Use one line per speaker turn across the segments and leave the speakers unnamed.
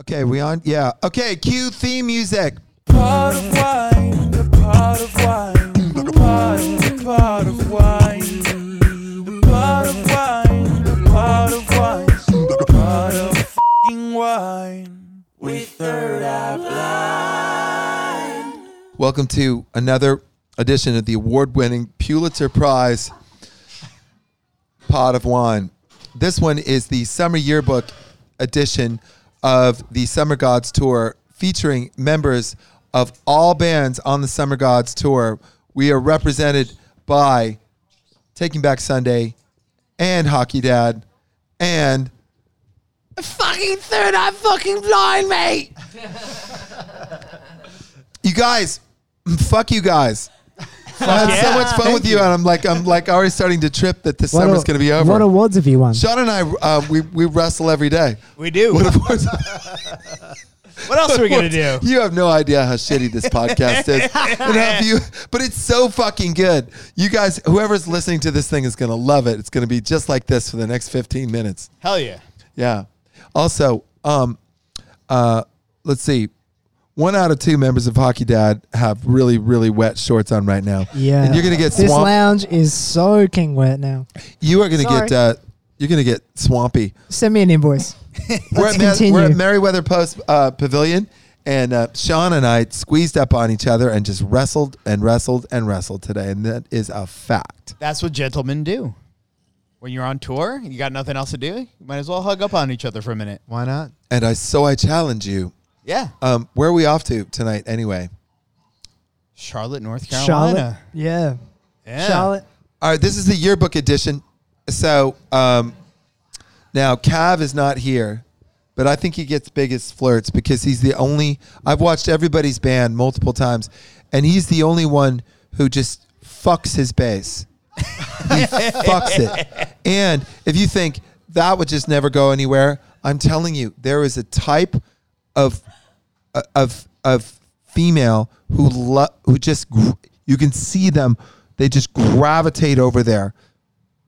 Okay, we on? Yeah. Okay, cue theme music.
Part of wine, the part of wine, the part, the part of wine, the part of wine, the part of wine, the part of f***ing wine. With third eye blind.
Welcome to another edition of the award-winning Pulitzer Prize Pot of Wine. This one is the summer yearbook edition of the Summer Gods Tour featuring members of all bands on the Summer Gods Tour. We are represented by Taking Back Sunday and Hockey Dad and fucking third eye fucking blind mate. you guys, mm, fuck you guys. I had so much fun with you, and I'm like, I'm like already starting to trip that this summer's
a-
going to be over.
What awards have you won?
Sean and I, uh, we, we wrestle every day.
We do.
What,
What,
awards-
else are we gonna do?
You have no idea how shitty this podcast is. And how few- but it's so fucking good. You guys, whoever's listening to this thing is going to love it. It's going to be just like this for the next 15 minutes.
Hell yeah.
Yeah. Also, um, uh, let's see. One out of two members of Hockey Dad have really, really wet shorts on right now.
yeah,
And you're gonna get
this
swamped.
lounge is soaking wet now.
you are gonna get
Sorry.
uh, you're gonna get swampy.
Send me an invoice.
we're,
Let's
at Ma-
continue.
we're at Merriweather Post uh, Pavilion, and uh, Sean and I squeezed up on each other and just wrestled and wrestled and wrestled today, and that is a fact.
That's what gentlemen do. When you're on tour, you got nothing else to do. You might as well hug up on each other for a minute.
Why not?
And I so I challenge you.
Yeah.
Um, where are we off to tonight, anyway?
Charlotte, North
Charlotte.
Carolina.
Yeah.
Yeah.
Charlotte.
All right, this is the yearbook edition. So um, now Cav is not here, but I think he gets biggest flirts because he's the only. I've watched everybody's band multiple times, and he's the only one who just fucks his bass. he fucks it. And if you think that would just never go anywhere, I'm telling you, there is a type of of of female who lo- who just gr- you can see them they just gravitate over there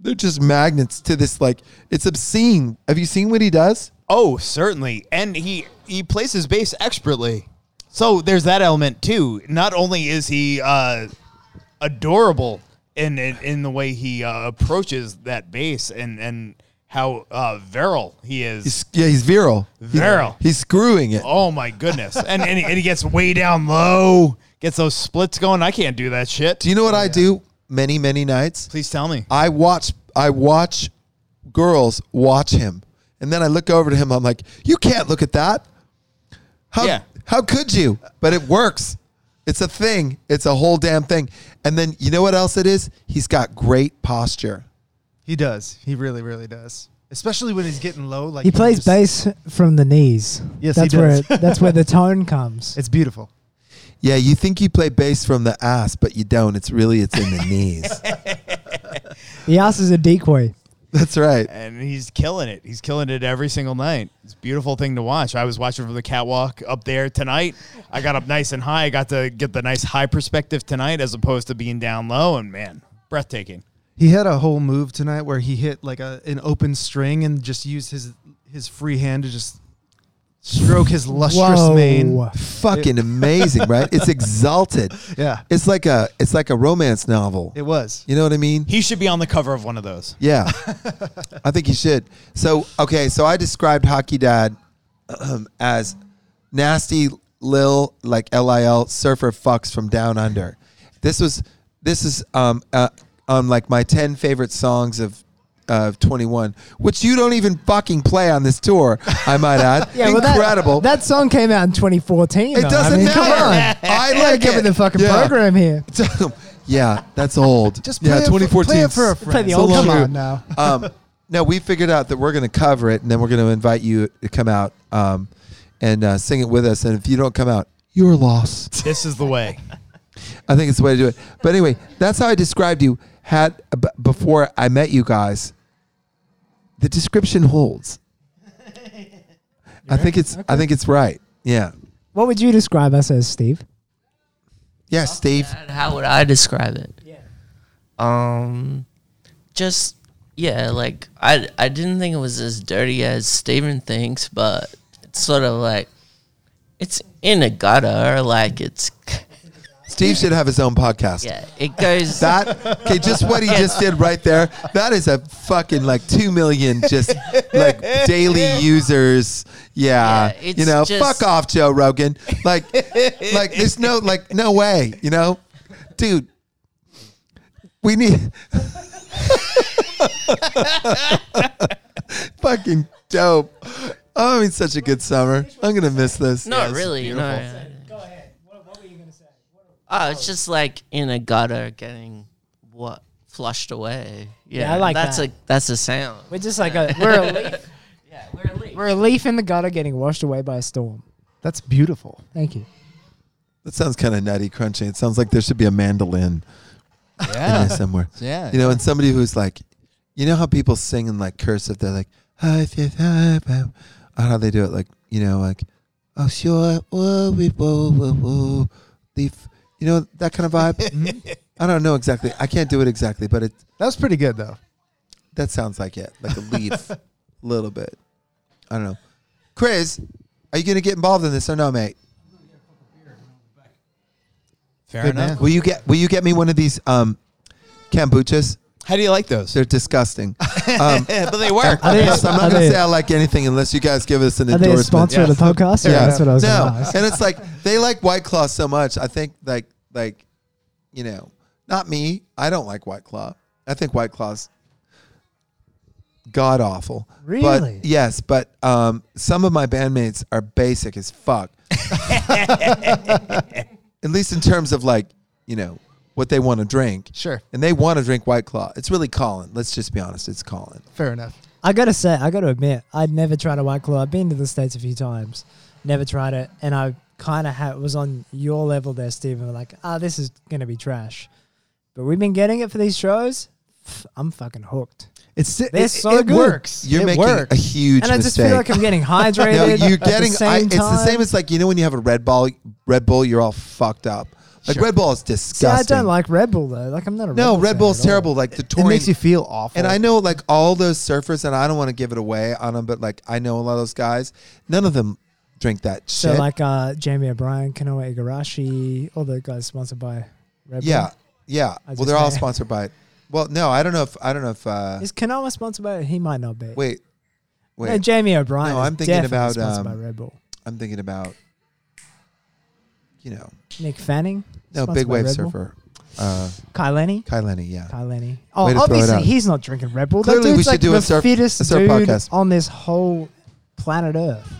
they're just magnets to this like it's obscene have you seen what he does
Oh, certainly. And he he plays his bass expertly. So there's that element too. Not only is he uh, adorable in, in in the way he uh, approaches that bass and and how uh, virile he is.
he's, yeah he's virile He-
Virile.
he's screwing it
Oh my goodness! And and, he- and he gets way down low, gets those splits going. I can't do that shit.
do you know what i do many many nights
Please tell me.
I watch I watch girls watch him. And then I look over to him, I'm like, You can't look at that. How
Yeah.
how could you? But it works. It's a thing. It's a whole damn thing. And then you know what else it is? He's got great posture.
He does. He really, really does. Especially when he's getting low. Like
He plays
just-
bass from the knees.
Yes, he
that's
does.
where it, that's where the tone comes.
It's beautiful.
Yeah, you think you play bass from the ass, but you don't. It's really it's in the knees.
The ass is a decoy.
That's right.
And he's killing it. He's killing it every single night. It's a beautiful thing to watch. I was watching from the catwalk up there tonight. I got up nice and high. I got to get the nice high perspective tonight as opposed to being down low. And man, breathtaking.
He had a whole move tonight where he hit like a an open string and just used his his free hand to just stroke his lustrous
Whoa.
mane.
Fucking amazing, right? It's exalted.
Yeah.
It's like a it's like a romance novel.
It was.
You know what I mean?
He should be on the cover of one of those.
Yeah, I think you should. So okay, so I described Hockey Dad um, as nasty lil like lil surfer fucks from down under. This was this is um uh, on like my ten favorite songs of. Of 21, which you don't even fucking play on this tour, I might add.
well, that-
Incredible.
That, song came out in 2014.
it
though.
doesn't
I mean,
matter.
Come on.
I
We're
like
giving
it.
the fucking
Yeah.
program here.
yeah, that's old.
Just
yeah,
play it for-
2014.
play it for a friend.
Play the
So
old
long
come
true.
on now.
um, no, we figured out that we're going to cover it, and then we're going to invite you to come out um, and uh, sing it with us. And if you don't come out, your loss.
This is the way.
I think it's the way to do it. But anyway, that's how I described you had b- before I met you guys. The description holds. I think it's. I think it's right. Yeah.
What would you describe us as, Steve?
Yeah, Steve.
And how would I describe it? Yeah. Um, just yeah, like I I didn't think it was as dirty as Steven thinks, but it's sort of like it's in a gutter, like it's
Steve should have his own podcast.
yeah, it goes
That okay, just what he just did right there. That is a fucking like two million just like daily users. Yeah,
Yeah, it's
you know,
just-
fuck off, Joe Rogan. Like, like there's no like no way. You know, dude, we need fucking dope. Oh, it's such a good summer. I'm gonna miss this.
not really. No,
Go ahead. What, what were you gonna say?
oh, it's just like in a gutter getting what flushed away. Yeah,
I like
that's
that.
a that's a sound.
We're just like a we're a leaf.
Yeah, we're a leaf.
We're a leaf in the gutter getting washed away by a storm.
That's beautiful.
Thank you.
That sounds kind of nutty, crunchy. It sounds like there should be a mandolin in there
Yeah.
somewhere.
yeah.
You know, and somebody who's like, you know how people sing in like cursive, they're like, "Hi, fifth, hi, bam." I don't know how they do it, like, you know, like, oh, sure, whoa, we, whoa, whoa, whoa, leaf, you know, that kind of vibe. Mm-hmm. I don't know exactly. I can't do it exactly, but it
That was pretty good though.
that sounds like it, like a leaf, a little bit. I don't know. Chris, are you going to get involved in this or no, mate?
Fair
Good
enough.
man.
Will you get Will you get me one of these um, kombuchas?
How do you like those?
They're disgusting. Um,
Yeah, but they work.
Are they-
Yes, I'm
are
not going to
they-
say I like anything unless you guys give us an
Are they a
endorsement.
sponsor of the podcast? Yeah,
Yeah.
that's what I was gonna
no,
ask.
and it's like they like White Claw so much. I think like like you know, not me. I don't like White Claw. I think White Claw's god awful.
Really?
But, yes, but um, some of my bandmates are basic as fuck. At least in terms of like you know what they want to drink.
Sure.
And they want to drink White Claw. It's really Colin. Let's just be honest. It's Colin.
Fair enough.
I gotta say, I gotta admit, I'd never tried a white claw. I've been to the states a few times, never tried it, and I kind of ha- was on your level there, Stephen. Like, ah, this is gonna be trash, but we've been getting it for these shows. Pff, I'm fucking hooked,
It's it,
They're
it,
so
it
good.
works.
You're
it
making a
works.
huge
and I just
mistake.
feel like I'm getting hydrated.
no, you're
at the
getting.
same
I, it's the
time.
same as like you know when you have a Red Bull, Red Bull, you're all fucked up. Like Red Bull is
See,
disgusting.
I don't like Red Bull though. Like, I'm not a
No,
Red,
Red
Bull
Bull's
fan at all.
terrible. Like the
it
touring,
makes you feel awful.
and I know like all those surfers, and I don't want to give it away on them, but like I know a lot of those guys. None of them drink that
So
shit.
like uh, Jamie O'Brien, Kanoa Igarashi, all the guys sponsored by Red
yeah,
Bull.
yeah.
I was
Well,
just
they're all
saying.
sponsored by. Well, no, I don't know if I don't know if. Uh,
Is Kanoa sponsored by? He might not be.
wait, wait.
No, Jamie O'Brien.
No,
is
I'm thinking
definitely
about,
sponsored by
um,
Red Bull.
I'm thinking about. You know,
Nick Fanning.
no
sponsored
big
by
wave
Red Bull.
surfer, uh,
Kai Lenny.
Kai Lenny. Yeah,
Kai Lenny.
Way
Oh,
to throw it
obviously
out.
he's not drinking Red Bull.
Clearly
that
we
dude's
should
like
do a
the
surf-
fittest
a surf
dude
podcast.
on this whole planet Earth.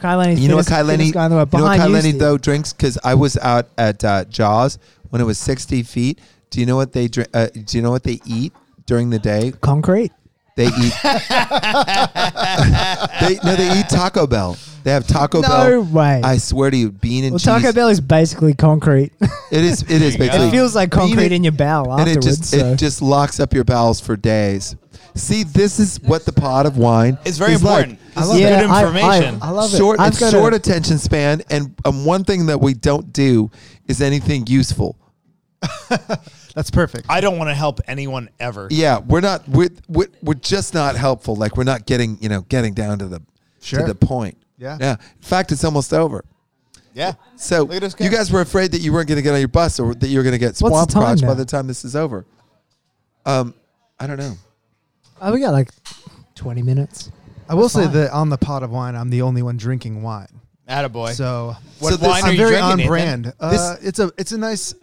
Kai Lenny's
You know what
fittest-
Kai Lenny?
fittest guy in the world.
You know what
Behind
Kai
you,
Lenny
Steve.
though drinks? Because I was out at uh, Jaws when it was sixty feet. Do you know what they drink? Uh, do you know what they eat during the day?
Concrete.
They eat. they, no, they eat Taco Bell. They have Taco
No
Bell.
way.
I swear to you, bean and
well,
cheese.
Taco Bell is basically concrete.
It is. It is basically.
it feels like
Bean and-
concrete in your bowel
and it
afterwards.
just
so.
it just locks up your bowels for days. See, this is what the pot of wine
It's very
is
important.
Like.
This is good
I-
information.
I, I, love it.
short,
I've
it's
got
short
a-
attention span, and um, one thing that we don't do is anything useful.
That's perfect.
I don't want to help anyone ever.
Yeah, we're not we're, we're, we're just not helpful. Like we're not getting you know getting down to the
Sure.
to the point.
Yeah.
yeah. In fact, it's almost over.
Yeah.
So
Look at us go.
you guys were afraid that you weren't going to get on your bus or that you were going to get
What's the
swamp
time
crotch by
now?
the time this is over. Um, I don't know.
Oh, we got like 20 minutes.
I will say
fine.
that on the pot of wine, I'm the only one drinking wine.
Attaboy.
So
what
so this-
wine are
I'm
you
very
drinking,
on
Nathan?
brand. Uh, it's a it's a nice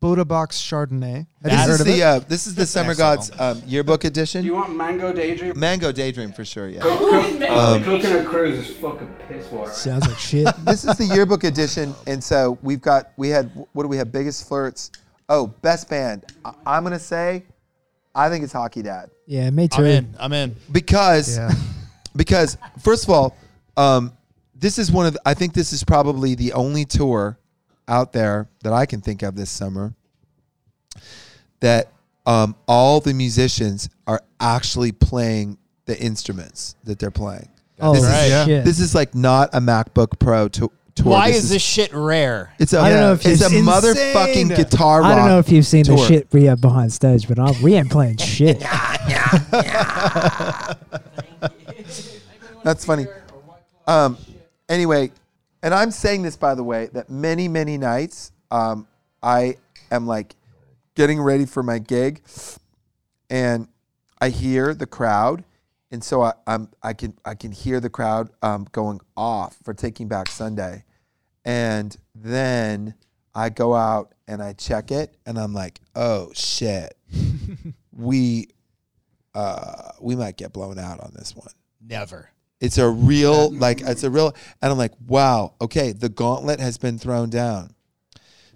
Boda box Chardonnay. Have
That-
you
This
heard
is
of
the
it?
uh, this is the Summer Gods um, yearbook edition.
Do you want Mango Daydream?
Mango Daydream for sure. Yeah.
Um, Cooking a cruise is fucking piss water.
Sounds like shit.
this is the yearbook edition, and so we've got we had what do we have? Biggest flirts. Oh, best band. I, I'm gonna say, I think it's Hockey Dad
Yeah, me too.
I'm in. I'm in.
because
yeah.
because first of all, um, this is one of the, I think this is probably the only tour out there that I can think of this summer that um, all the musicians are actually playing the instruments that they're playing.
Oh,
this, is,
yeah.
shit.
this is like not a MacBook Pro to, tour.
Why is this shit rare?
It's a,
I don't know if
it's,
it's
a
insane.
motherfucking guitar rock.
I don't know if you've seen the
tour.
shit we have behind stage, but i we ain't playing shit.
That's funny. Um, anyway, and I'm saying this by the way that many many nights um, I am like getting ready for my gig, and I hear the crowd, and so I, I'm I can I can hear the crowd um, going off for Taking Back Sunday, and then I go out and I check it, and I'm like, oh shit, we uh, we might get blown out on this one.
Never.
It's a real, like, it's a real, and I'm like, wow, okay, the gauntlet has been thrown down.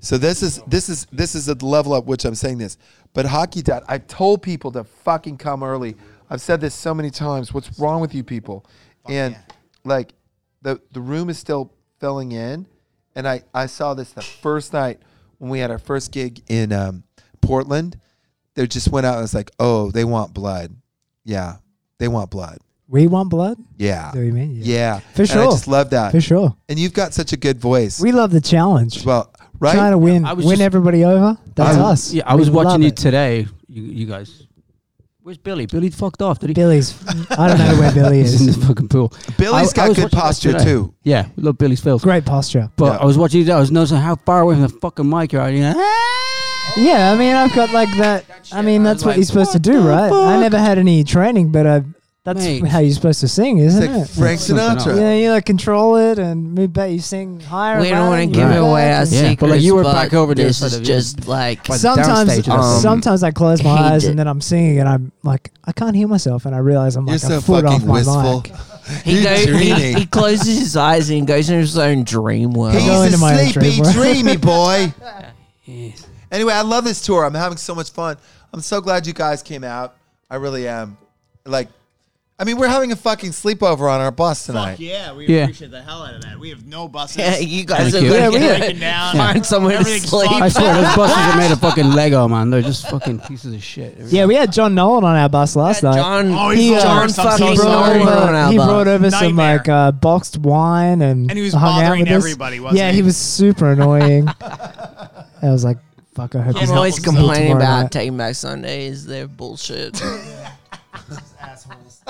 So this is this is this is the level up which I'm saying this. But hockey dad, I've told people to fucking come early. I've said this so many times. What's wrong with you people? And like the the room is still filling in. And I, I saw this the first night when we had our first gig in um, Portland. They just went out and was like, oh, they want blood. Yeah. They want blood.
We want blood.
Yeah.
Do you mean?
Yeah,
For
And I
sure.
just love that.
For sure.
And you've got such a good voice.
We love the challenge.
well, right?
Trying to win,
I was
win
just-
everybody over. That's
I,
us.
Yeah, I
We
was
love
watching you
it.
today. You, you guys, where's Billy? Billy fucked off. Did he?
Billy's. I don't know where Billy
He's in
is.
the fucking pool.
Billy's
I-
got
I was
good
watching that
posture
today.
too.
Yeah, we love Billy's filth.
Great posture.
But
Yeah.
I was watching you. today, I was noticing how far away from the fucking mic you are. You know,
Yeah, I mean, I've got like that. I mean,
I
that's
was
what
like,
you're supposed to
"What
do,
the
right? I
fuck?"
never had any training, but I. That's
Mate.
how you're supposed to sing, isn't
It's like
it?
Frank
Something
Sinatra.
Yeah, you like control it and move back. You sing higher.
We don't
louder,
want to
you
give
move
away
back
our
and-
Yeah,
secrets.
but, like, you were
but
back over there
This
for
is
the-
just like
By the
Sometimes,
downstage of the-
sometimes I close my
hate
eyes
it.
and then I'm singing and I'm like, I can't hear myself, and I realize I'm
You're
like
so
a foot off
fucking
my
wistful.
mic.
he,
You're
go- he,
dreaming.
he closes his eyes and goes into his own dream world.
go
He's
into my
a
own
sleepy,
dream world.
dreamy boy. Anyway, I love this tour. I'm having so much fun. I'm so glad you guys came out. I really am. Like, I mean, we're having a fucking sleepover on our bus tonight.
yeah, we
Yeah.
appreciate the hell out of that. We have no buses.
Yeah, you guys are
Thank you.
gonna
Yeah,
get-
Breaking down.
find somewhere to
Everything's
sleep.
I
fucked.
swear those buses are made of fucking Lego, man. They're just fucking pieces of shit.
Yeah, we had John Nolan on our bus last night. uh,
John,
Oh, he's the
John
worst. I'm so
fucking
He brought
sorry.
Nolan on
over,
our
he
bus.
brought over some
Nightmare.
like uh, boxed wine and
And he was
hung out
bothering
with us.
everybody, wasn't
yeah,
he?
he was super annoying. I was like, "Fuck, I hope he's
I'm
not
always
listening
complaining
tomorrow
about
night.
Taking Back Sundays. They're bullshit.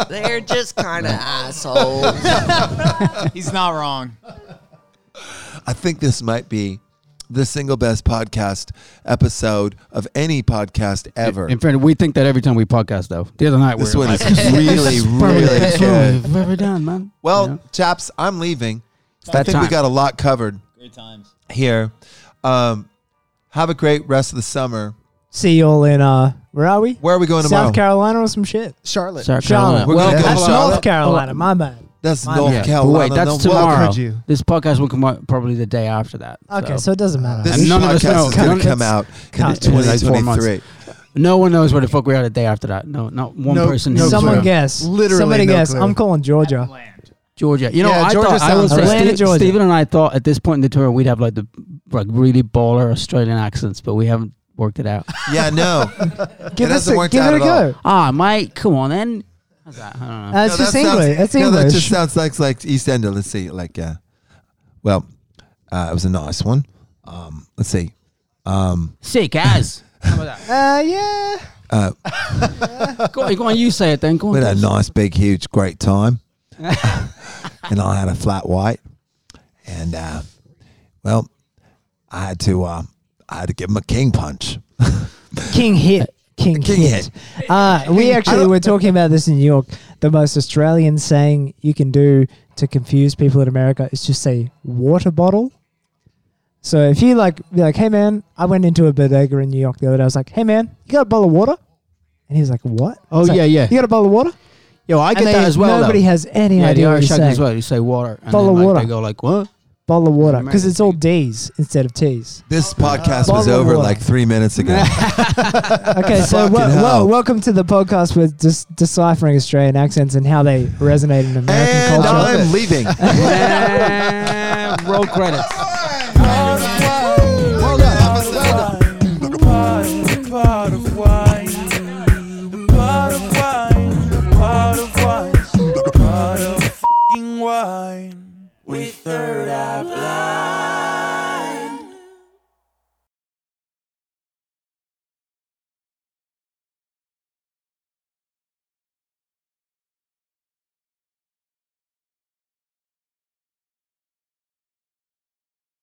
They're just kind of assholes.
He's not wrong.
I think this might be the single best podcast episode of any podcast ever.
In fact, we think that every time we podcast, though. The other night, we
This
were
one
like,
is really, really good.
We've ever done, man.
Well,
You know?
chaps, I'm leaving. I
that
think we
time.
got a lot covered
Great times.
here. Um, have a great rest of the summer.
See you all in uh, where are we?
Where are we going tomorrow?
South Carolina or some shit?
Charlotte.
South
Charlotte.
Carolina.
We're
Well,
gonna go
That's
Charlotte.
North Carolina. My bad.
That's
My
North
yeah, but
Carolina.
wait, that's
No, well,
tomorrow.
could you?
This podcast will come out probably the day after that.
Okay, so it doesn't matter.
This
And none of us
podcast
know.
is going
None
to
of
come
us-
out in
Count.
In like four months.
2023.
no one knows where the fuck we are the day after that. No, not one
No-
person.
no
knows.
Someone
clue.
guess.
Literally
Somebody
no
guess.
clue.
I'm calling Georgia.
Land.
Georgia. You know,
Yeah,
I
Georgia
thought I
sounds
was
right.
Atlanta,
Ste-
Georgia.
Stephen and I thought at this point in the tour we'd have like the like really baller Australian accents, but we haven't worked it out.
Yeah, no.
Give, us
hasn't
a,
worked
give
out
it a
at all.
go.
ah, mate, come on then. How's that? I don't know.
Uh,
No,
it's just
that sounds-
English. It's
no, that
English.
just sounds like like East Ender. Let's see. Like, uh, well, uh, it was a nice one. Um, let's see. Um,
Sick as. How about that?
uh, yeah.
Go on, go on, you say it then. Go on.
we had a
Chris.
nice, big, huge, great time. and I had a flat white, and uh, well, I had to uh, I had to give him a king punch.
King hit. King,
King
hit. Uh, we actually were talking about this in New York. The most Australian saying you can do to confuse people in America is just say water bottle. So if you like, be like, hey man, I went into a bodega in New York the other day. I was like, hey man, you got a bottle of water? And he was like, what?
Oh,
It's like,
yeah, yeah.
You got a bottle of water?
Yo, I get
And
that
they-
as well.
Nobody
though.
has any
yeah, the
idea what
Irish
you're
accent as
saying.
well. You say water, and
Bottle of
then, like,
water.
They go like what?
Bottle of water because it's all D's instead of T's.
This podcast was
Bottle of
over
water.
like three minutes ago.
Okay, so
Fucking
well,
hell.
well, welcome to the podcast with just deciphering Australian accents and how they resonate in American
and
culture.
I'm leaving.
And roll credits.
Part of wine.
Well done.
Part of wine. Part of wine. Part of wine. Part of fucking wine. With third eye blind.